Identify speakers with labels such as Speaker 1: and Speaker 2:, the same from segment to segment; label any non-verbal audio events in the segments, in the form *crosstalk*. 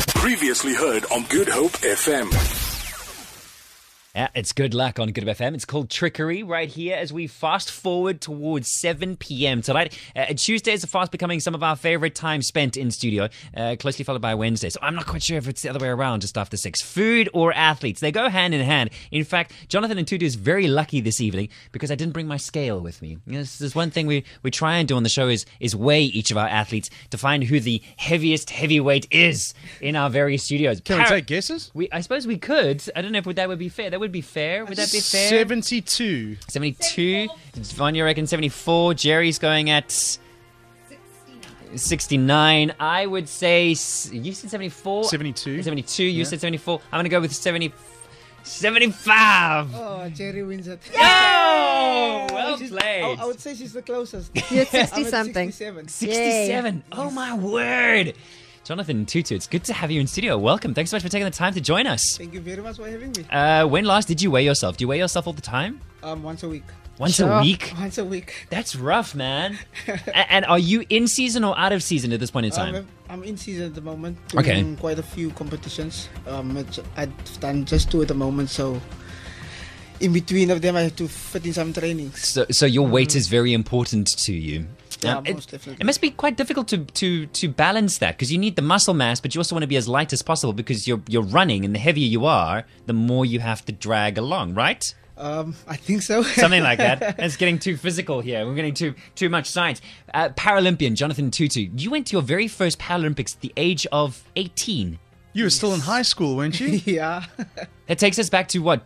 Speaker 1: Previously heard on Good Hope FM.
Speaker 2: Yeah, it's good luck on Good Up FM. It's called Trickery right here as we fast forward towards 7 p.m. tonight. Uh, Tuesdays are fast becoming some of our favorite time spent in studio, uh, closely followed by Wednesday. So I'm not quite sure if it's the other way around, just after six. Food or athletes, they go hand in hand. In fact, Jonathan and Tudu is very lucky this evening because I didn't bring my scale with me. You know, this is one thing we, we try and do on the show is, is weigh each of our athletes to find who the heaviest heavyweight is in our various studios.
Speaker 3: Can we
Speaker 2: Par-
Speaker 3: take guesses?
Speaker 2: we, I suppose we could. I don't know if that would be fair. That would be fair. Would that be fair?
Speaker 3: 72.
Speaker 2: 72. Vanya reckons 74. Jerry's going at 69. I would say. s- You said 74?
Speaker 3: 72.
Speaker 2: 72. You said 74. I'm going to go with 70, 75.
Speaker 4: Oh, Jerry wins it.
Speaker 2: Oh, well
Speaker 4: She's-
Speaker 2: played.
Speaker 4: I, I would say she's
Speaker 2: *laughs*
Speaker 4: the closest. *laughs*
Speaker 5: You're
Speaker 4: I'm
Speaker 5: 60
Speaker 4: at
Speaker 5: something.
Speaker 4: 67.
Speaker 2: 67. Oh, my word. Jonathan Tutu, it's good to have you in studio. Welcome. Thanks so much for taking the time to join us.
Speaker 4: Thank you very much for having me.
Speaker 2: Uh, when last did you weigh yourself? Do you weigh yourself all the time?
Speaker 4: Um, once a week.
Speaker 2: Once a
Speaker 5: Sure.
Speaker 2: week?
Speaker 4: Once a week.
Speaker 2: That's rough, man. A- and are you in season or out of season at this point in time?
Speaker 4: Um, I'm in season at the moment.
Speaker 2: Okay.
Speaker 4: Doing quite a few competitions. Um, which I've done just two at the moment, so in between of them, I have to fit in some trainings.
Speaker 2: so, so your weight is very important to you.
Speaker 4: Yeah,
Speaker 2: Now, it-
Speaker 4: most definitely.
Speaker 2: It must be quite difficult to to to balance that because you need the muscle mass, but you also want to be as light as possible because you're you're running, and the heavier you are, the more you have to drag along, right?
Speaker 4: Um, I think so. *laughs*
Speaker 2: Something like that. It's getting too physical here. We're getting too too much science. Uh, Paralympian Jonathan Tutu, you went to your very first Paralympics at the age of 18.
Speaker 3: You were still in high school, weren't *laughs* you?
Speaker 2: *laughs*
Speaker 4: yeah.
Speaker 2: That takes us back to what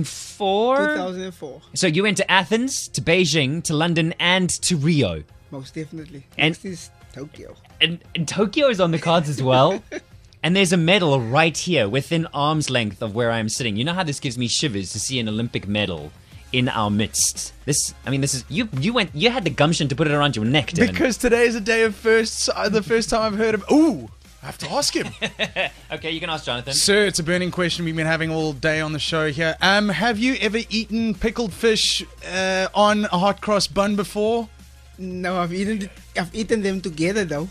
Speaker 2: 2004.
Speaker 4: 2004,
Speaker 2: So you went to Athens, to Beijing, to London, and to Rio.
Speaker 4: most definitely.
Speaker 2: And-
Speaker 4: Next is Tokyo.
Speaker 2: And, and Tokyo is on the cards as
Speaker 3: *laughs*
Speaker 2: well. and there's a medal right here within arm's length of where I am sitting. You know how this gives me shivers to see an Olympic medal in our midst. This, I mean, this is you. You went. You had the gumption to put it around your neck, Devin.
Speaker 3: because today is a day of first, uh, the first time I've heard of. Ooh, I have to
Speaker 2: *laughs*
Speaker 3: ask him.
Speaker 2: okay, you can ask Jonathan. *laughs*
Speaker 3: Sir, it's a burning question we've been having all day on the show here. Um, have you ever eaten pickled fish uh, on a hot cross bun before?
Speaker 4: No, I've eaten, I've eaten them together though,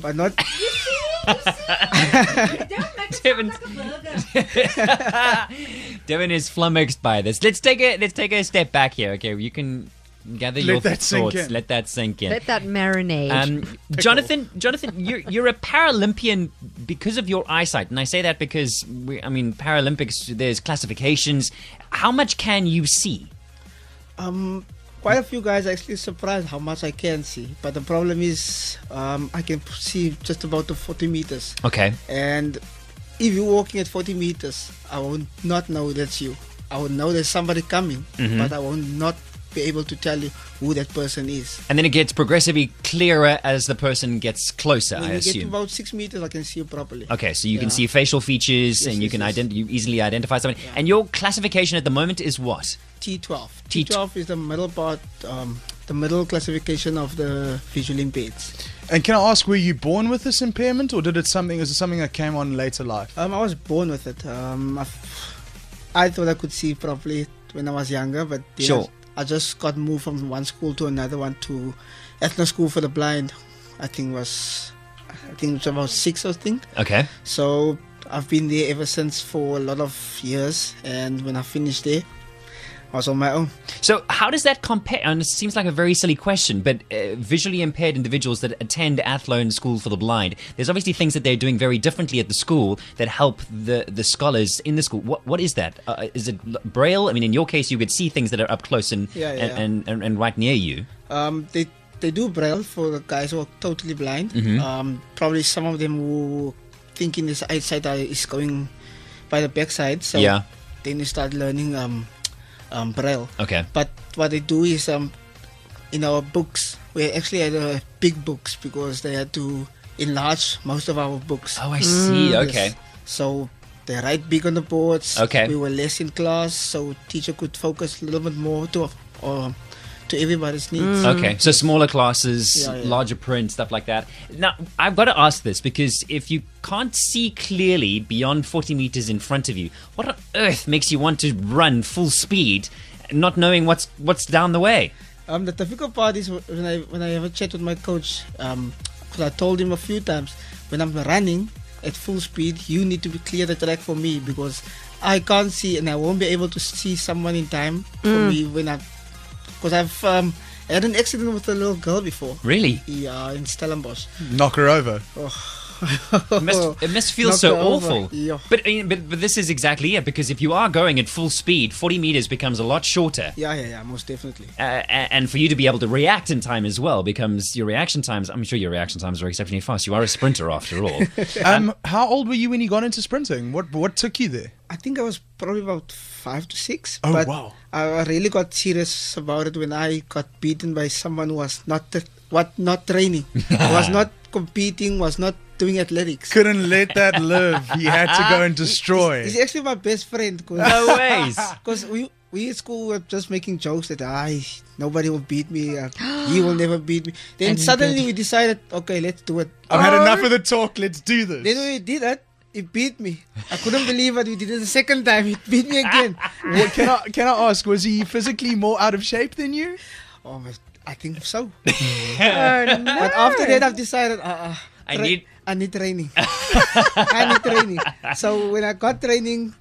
Speaker 4: but not.
Speaker 2: Devin, Devin is flummoxed by this. Let's take it. Let's take a step back here. Okay, you can gather your
Speaker 3: that sink
Speaker 2: thoughts.
Speaker 3: in.
Speaker 2: Let that sink in.
Speaker 5: Let that marinade.
Speaker 2: Um, Jonathan, Jonathan, you're you're a Paralympian because of your eyesight, and I say that because we, I mean Paralympics. There's classifications. How much can you see?
Speaker 4: Um, quite a few guys are actually surprised how much I can see, but the problem is um, I can see just about the 40 meters,
Speaker 2: Okay,
Speaker 4: and if you're walking at 40 meters, I will not know that's you. I will know there's somebody coming,
Speaker 2: Mm-hmm.
Speaker 4: but I will not be able to tell you who that person is.
Speaker 2: and then it gets progressively clearer as the person gets closer.
Speaker 4: When
Speaker 2: I
Speaker 4: you get to
Speaker 2: assume.
Speaker 4: about six meters, I can see you properly.
Speaker 2: Okay, so you can
Speaker 4: Yeah.
Speaker 2: see facial features,
Speaker 4: Yes,
Speaker 2: and you
Speaker 4: yes,
Speaker 2: can
Speaker 4: yes.
Speaker 2: ident- you easily identify something. And your classification at the moment is what?
Speaker 4: T12.
Speaker 2: T-
Speaker 4: T12 is the middle part, um, the middle classification of the visually impaired.
Speaker 3: And can I ask, were you born with this impairment, or did it something? Is it something that came on in later life?
Speaker 4: Um, I was born with it. Um, I, I thought I could see properly when I was younger, but then
Speaker 2: Sure.
Speaker 4: I just got moved from one school to another one to ethno school for the blind. I think was I think it was about six I think.
Speaker 2: Okay,
Speaker 4: So I've been there ever since for a lot of years, and when I finished there, I was on my own.
Speaker 2: so how does that compare? And it seems like a very silly question, but uh, visually impaired individuals that attend Athlone School for the Blind, there's obviously things that they're doing very differently at the school that help the the scholars in the school. What what is that? Uh, is it l- braille? I mean, in your case, you could see things that are up close and
Speaker 4: Yeah, yeah.
Speaker 2: And, and and right near you.
Speaker 4: Um, they they do braille for the guys who are totally blind. Um, probably some of them who thinking this eyesight are- is going by the backside. So
Speaker 2: Yeah.
Speaker 4: then you start learning um, um, braille.
Speaker 2: Okay.
Speaker 4: But what they do is um, in our books, we actually had uh, big books because they had to enlarge most of our books.
Speaker 2: Oh, I see.
Speaker 4: Yes.
Speaker 2: okay.
Speaker 4: So they write big on the boards.
Speaker 2: Okay.
Speaker 4: We were less in class, so teacher could focus a little bit more to um, to everybody's needs.
Speaker 2: Okay, so smaller classes,
Speaker 4: Mm. Yeah, yeah.
Speaker 2: larger print, stuff like that. Now, I've got to ask this because if you can't see clearly beyond 40 meters in front of you, what on earth makes you want to run full speed, not knowing what's what's down the way?
Speaker 4: Um, the difficult part is wh- when I when I have a chat with my coach, um 'cause I told him a few times when I'm running, at full speed. You need to be clear the track for me because I can't see and I won't be able to see someone in time for me when I, because I've um, had an accident with a little girl before.
Speaker 2: Really?
Speaker 4: Yeah, in Stellenbosch. *laughs*
Speaker 3: Knock her *laughs* over.
Speaker 2: It must, it must feel
Speaker 4: Knocked
Speaker 2: so
Speaker 4: her Oh, over.
Speaker 2: awful.
Speaker 4: Yeah.
Speaker 2: But, I mean, but but this is exactly it because if you are going at full speed, 40 meters becomes a lot shorter.
Speaker 4: Yeah, yeah, yeah, most definitely.
Speaker 2: Uh, a- and for you to be able to react in time as well becomes your reaction times. I'm sure your reaction times are exceptionally fast. You are a sprinter after
Speaker 4: *laughs*
Speaker 2: all.
Speaker 3: Um, how old were you when you got into sprinting? What what took you there?
Speaker 4: I think I was probably about five to six.
Speaker 3: Oh,
Speaker 4: but
Speaker 3: wow.
Speaker 4: I I really got serious about it when I got beaten by someone who was not the, what
Speaker 3: *laughs*
Speaker 4: not training, was not competing, was not doing athletics.
Speaker 3: Couldn't let that live. He had to
Speaker 2: *laughs*
Speaker 3: go and destroy.
Speaker 4: He's actually my best friend because *laughs*
Speaker 2: no ways.
Speaker 4: we we at school were just making jokes that I nobody will beat me, uh, he will never beat me. Then suddenly we decided, okay, let's do it.
Speaker 3: I've had enough of the talk. Let's do this.
Speaker 4: Then when we did it. It beat me. I couldn't believe it. We did it the second time. It beat me
Speaker 3: *laughs*
Speaker 4: again.
Speaker 3: What- can I can I ask? Was he physically more out of shape than you?
Speaker 4: Oh my! I think
Speaker 2: *laughs*
Speaker 4: so.
Speaker 5: Oh, no.
Speaker 4: But after that, I've decided uh, uh,
Speaker 2: I need-
Speaker 4: I need training. *laughs* I need training. So when I got training,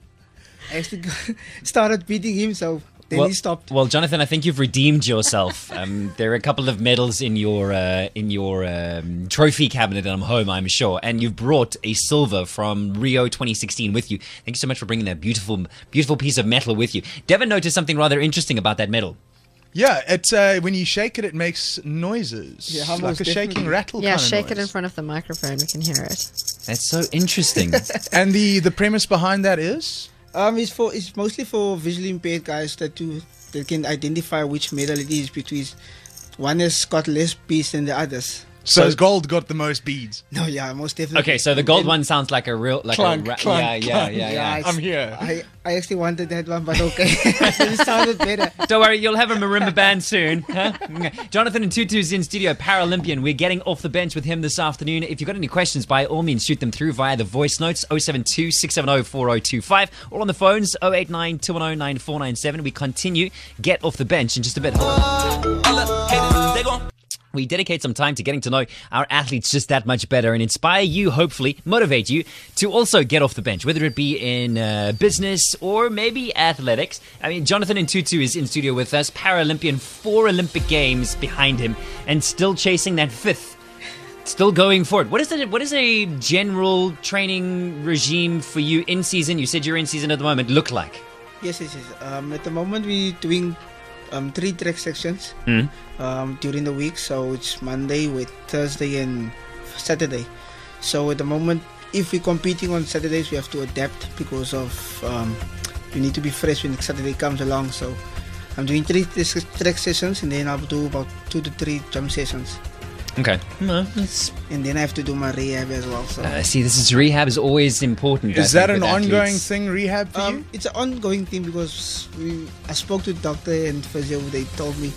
Speaker 4: I actually got- *laughs* started beating him. So then he stopped.
Speaker 2: Well, Jonathan, I think you've redeemed
Speaker 3: *laughs*
Speaker 2: yourself. Um, there are a couple of medals in your uh, in your um, trophy cabinet at home, I'm sure, and you've brought a silver from Rio 2016 with you. Thank you so much for bringing that beautiful beautiful piece of metal with you. Devin noticed something rather interesting about that medal.
Speaker 3: Yeah, it's uh, when you shake it, it makes noises.
Speaker 4: Yeah,
Speaker 3: like a
Speaker 4: almost
Speaker 3: shaking
Speaker 4: definitely.
Speaker 3: rattle.
Speaker 5: yeah,
Speaker 3: kind of
Speaker 5: shake it
Speaker 3: noise.
Speaker 5: in front of the microphone. We can hear it.
Speaker 2: That's so
Speaker 3: *laughs*
Speaker 2: interesting.
Speaker 3: And the the premise behind that is
Speaker 4: Um, it's for it's mostly for visually impaired guys that do that can identify which medal it is between one has got less beats than the others.
Speaker 3: so, gold got the most beads.
Speaker 4: No, yeah, most definitely.
Speaker 2: okay, so the gold
Speaker 4: And-
Speaker 2: one sounds like a real like
Speaker 3: Clunk,
Speaker 2: a ra-
Speaker 3: clunk,
Speaker 2: yeah, yeah,
Speaker 3: clunk.
Speaker 2: yeah, yeah.
Speaker 4: Yeah, it's-
Speaker 3: I'm here.
Speaker 4: I, I actually wanted that one, but okay, *laughs* it sounded better.
Speaker 2: Don't worry, you'll have a marimba band soon. huh? *laughs* Jonathan and Tutu's in studio, Paralympian. We're getting off the bench with him this afternoon. If you've got any questions, by all means, shoot them through via the voice notes 072 670 4025 or on the phones 089 210 9497. We continue Get Off the Bench in just a bit. We dedicate some time to getting to know our athletes just that much better and inspire you, hopefully, motivate you to also get off the bench, whether it be in uh, business or maybe athletics. I mean, Jonathan Intutu is in studio with us, Paralympian, four Olympic Games behind him, and still chasing that fifth. Still going for it. What is it? What is a general training regime for you in season? You said you're in season at the moment. Look like
Speaker 4: Yes, yes, yes. Um, at the moment, we're doing um, three track sections um, during the week. So it's Monday, with Thursday, and Saturday. So at the moment, if we're competing on Saturdays, we have to adapt because of um, we need to be fresh when Saturday comes along. So I'm doing three tr- track sessions, and then I'll do about two to three jump sessions,
Speaker 2: okay. No, it's-
Speaker 4: and then I have to do my rehab as well. So.
Speaker 2: uh, see, this is rehab is always important. I
Speaker 3: Is that
Speaker 2: think,
Speaker 3: an
Speaker 2: with athletes.
Speaker 3: ongoing thing rehab for you?
Speaker 4: Um, it's an ongoing thing because we, I spoke to doctor and physio. They told me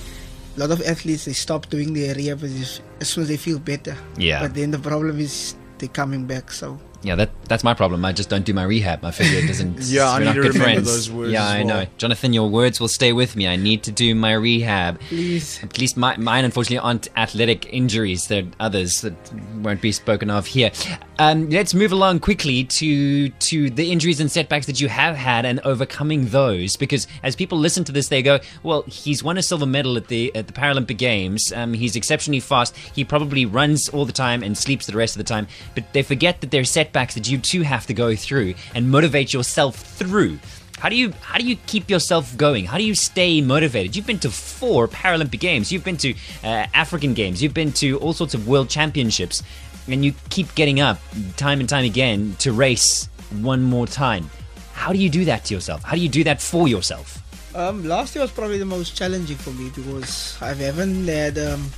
Speaker 4: a lot of athletes they stop doing their rehab as, as soon as they feel better.
Speaker 2: Yeah.
Speaker 4: But then the problem is they're coming back. So
Speaker 2: Yeah, that that's my problem. I just don't do my rehab. My physio doesn't.
Speaker 3: *laughs* Yeah, I
Speaker 2: we're
Speaker 3: need
Speaker 2: not
Speaker 3: to
Speaker 2: good
Speaker 3: remember
Speaker 2: friends.
Speaker 3: those words
Speaker 2: Yeah,
Speaker 3: as
Speaker 2: I know,
Speaker 3: well.
Speaker 2: Jonathan. Your words will stay with me. I need to do my rehab.
Speaker 4: please,
Speaker 2: At least my, mine, unfortunately, aren't athletic injuries. There are others that won't be spoken of here. Um, let's move along quickly to to the injuries and setbacks that you have had and overcoming those. Because as people listen to this, they go, "Well, he's won a silver medal at the at the Paralympic Games. Um, he's exceptionally fast. He probably runs all the time and sleeps the rest of the time." But they forget that there are setbacks that you too have to go through and motivate yourself through. How do you how do you keep yourself going? How do you stay motivated? You've been to four Paralympic Games, you've been to uh, African Games, you've been to all sorts of World Championships, and you keep getting up time and time again to race one more time. How do you do that to yourself? How do you do that for yourself?
Speaker 4: um, last year was probably the most challenging for me because I haven't had um,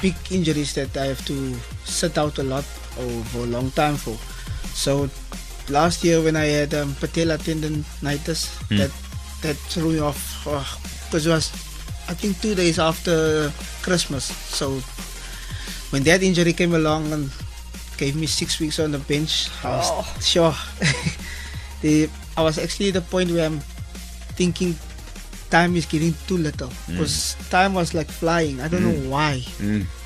Speaker 4: big injuries that I have to sit out a lot or for a long time for. So last year when I had um, patella tendonitis, that that threw me off because it was I think two days after Christmas. So when that injury came along and gave me six weeks on the bench, I was sure. *laughs* the, I was actually at the point where I'm thinking time is getting too little because time was like flying. I don't know why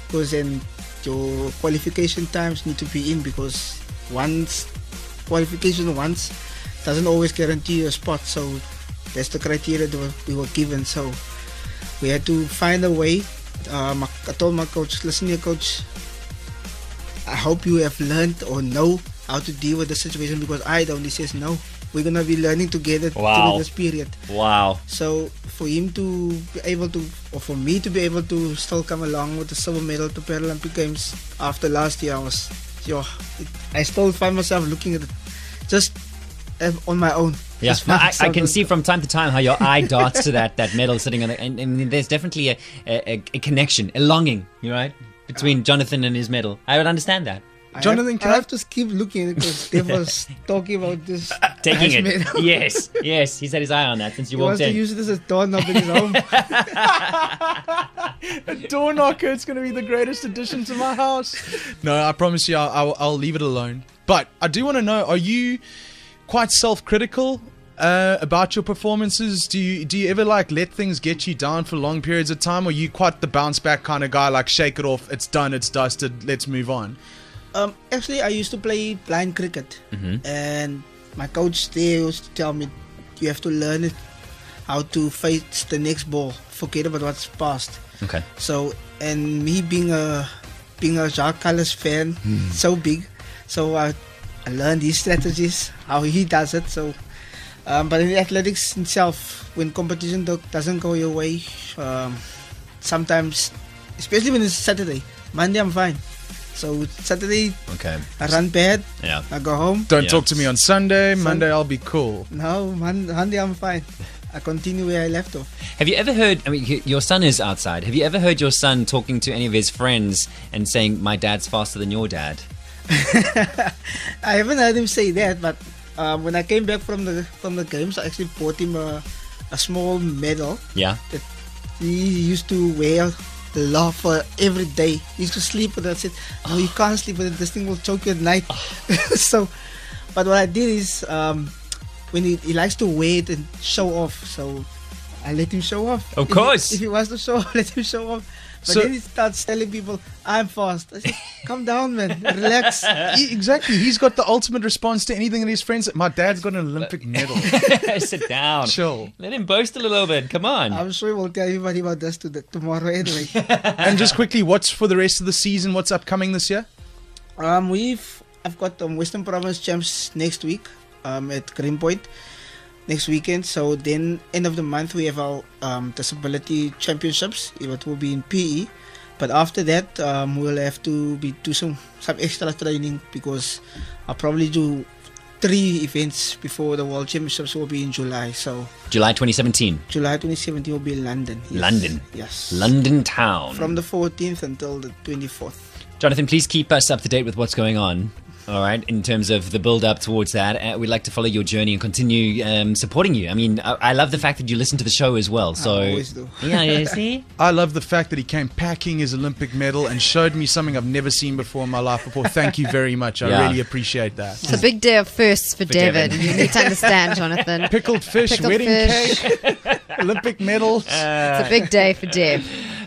Speaker 4: because then your qualification times need to be in because once qualification once doesn't always guarantee you a spot. So that's the criteria that were- we were given. So we had to find a way. Um, I- I told my coach, listen here, coach. I hope you have learned or know how to deal with the situation because I don't. He says no. We're gonna be learning together
Speaker 2: Wow.
Speaker 4: through this period.
Speaker 2: Wow.
Speaker 4: So for him to be able to, or for me to be able to still come along with the silver medal to Paralympic Games after last year, I was, yo, it, I still find myself looking at it, just uh, on my own.
Speaker 2: Yeah,
Speaker 4: Just
Speaker 2: No,
Speaker 4: find
Speaker 2: I, I
Speaker 4: *laughs* myself
Speaker 2: can
Speaker 4: on-
Speaker 2: see from time to time how your eye darts to that that medal sitting on the, and, and there's definitely a, a, a- a connection, a longing, you know, right, between Jonathan and his medal. I would understand that.
Speaker 4: I have-
Speaker 3: Jonathan, can
Speaker 4: I
Speaker 3: I-
Speaker 4: have to just keep looking at it because
Speaker 2: *laughs*
Speaker 4: they was talking about this.
Speaker 2: Taking
Speaker 4: nice
Speaker 2: it,
Speaker 4: medal.
Speaker 2: yes, yes, he's had his eye on that since you
Speaker 4: *laughs* He
Speaker 2: walked
Speaker 4: wants to
Speaker 2: in.
Speaker 4: use this as doorknob in his
Speaker 2: *laughs*
Speaker 4: home.
Speaker 3: *laughs* Door knocker. It's going to be the greatest addition to my house. No, I promise you, I'll, I'll, I'll leave it alone. But I do want to know: Are you quite self-critical uh, about your performances? Do you do you ever like let things get you down for long periods of time, or you quite the bounce back kind of guy? Like shake it off. It's done. It's dusted. Let's move on.
Speaker 4: Um, actually, I used to play blind cricket, and my coach there used to tell me, "You have to learn it, how to face the next ball. Forget about what's past."
Speaker 2: Okay.
Speaker 4: So, and me being a being a Jacques Callas fan, so big, so I, I learned his strategies, how he does it. So, um, but in athletics itself, when competition do- doesn't go your way, um, sometimes, especially when it's Saturday, Monday I'm fine. So Saturday
Speaker 2: Okay.
Speaker 4: I run bad,
Speaker 2: Yeah.
Speaker 4: I go home.
Speaker 3: Don't
Speaker 2: Yeah.
Speaker 3: talk to me on Sunday.
Speaker 4: Sun-
Speaker 3: Monday, I'll be cool.
Speaker 4: No, Mon- Monday I'm fine. I continue where I left off.
Speaker 2: Have you ever heard? I mean, y- your son is outside. Have you ever heard your son talking to any of his friends and saying, "My dad's faster than your dad"?
Speaker 4: I haven't heard him say that, but um, when I came back from the from the games, I actually bought him a, a small medal
Speaker 2: Yeah.
Speaker 4: that he used to wear the law for every day. He used to sleep with it. I said, no, you can't sleep with it. This thing will choke you at night. *laughs* so, but what I did is um, when he, he likes to wait and show off, so I let him show off.
Speaker 2: Of
Speaker 4: If he-
Speaker 2: course.
Speaker 4: if he wants to show off, *laughs* let him show off. But
Speaker 3: So-
Speaker 4: then he starts telling people, I'm fast. I said, come down, man.
Speaker 2: *laughs*
Speaker 4: Relax.
Speaker 3: E- exactly. He's got the ultimate response to anything that his friends. My dad's got an Olympic medal.
Speaker 2: *laughs* Sit down.
Speaker 3: Chill.
Speaker 2: Let him boast a little bit. Come on.
Speaker 4: I'm sure he will tell everybody about this to the, tomorrow anyway.
Speaker 3: And just quickly, what's for the rest of the season? What's upcoming this year?
Speaker 4: Um, we've I've got um, Western Province champs next week um, at Greenpoint next weekend. So then end of the month we have our um, disability championships. It will be in PE, but after that um, we'll have to be do some some extra training because I'll probably do three events before the World Championships will be in July. So
Speaker 2: July 2017,
Speaker 4: July 2017 will be in London. Yes.
Speaker 2: London.
Speaker 4: Yes.
Speaker 2: London town.
Speaker 4: From the 14th until the 24th.
Speaker 2: Jonathan, please keep us up to date with what's going on. All right, in terms of the build up towards that, uh, we'd like to follow your journey and continue um, supporting you. I mean, I-, I love the fact that you listen to the show as well. So
Speaker 4: always do.
Speaker 2: yeah, yeah, see,
Speaker 3: I love the fact that he came packing his Olympic medal and showed me something I've never seen before in my life before. Thank you very much. I
Speaker 2: Yeah.
Speaker 3: really appreciate that.
Speaker 5: It's a big day of firsts for,
Speaker 2: David.
Speaker 5: David. You need to
Speaker 3: *laughs*
Speaker 5: understand, Jonathan.
Speaker 3: Pickled fish,
Speaker 5: Pickled
Speaker 3: wedding
Speaker 5: fish. Uh,
Speaker 3: cake, *laughs* Olympic medals.
Speaker 5: It's a big day for Deb.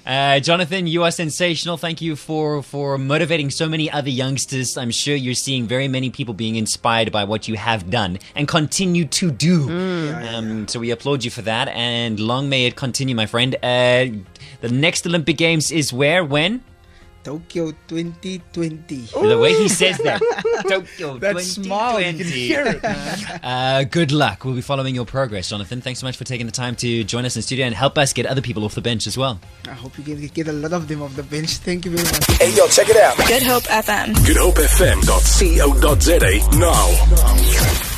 Speaker 2: uh, Jonathan, you are sensational. Thank you for for motivating so many other youngsters. I'm sure you're seeing very many people being inspired by what you have done and continue to do.
Speaker 3: Mm.
Speaker 2: Um, so we applaud you for that, and long may it continue, my friend. Uh, the next Olympic Games is where? When?
Speaker 4: Tokyo 2020.
Speaker 2: The way he says
Speaker 3: *laughs*
Speaker 2: that. Tokyo
Speaker 3: that smile, you can
Speaker 2: 2020.
Speaker 3: hear it. man.
Speaker 2: Uh, good luck. We'll be following your progress, Jonathan. Thanks so much for taking the time to join us in studio and help us get other people off the bench as well.
Speaker 4: I hope you get, get a lot of them off the bench. Thank you very much.
Speaker 1: Hey, yo, check it out.
Speaker 6: Good Hope FM.
Speaker 1: goodhopefm.co.za now.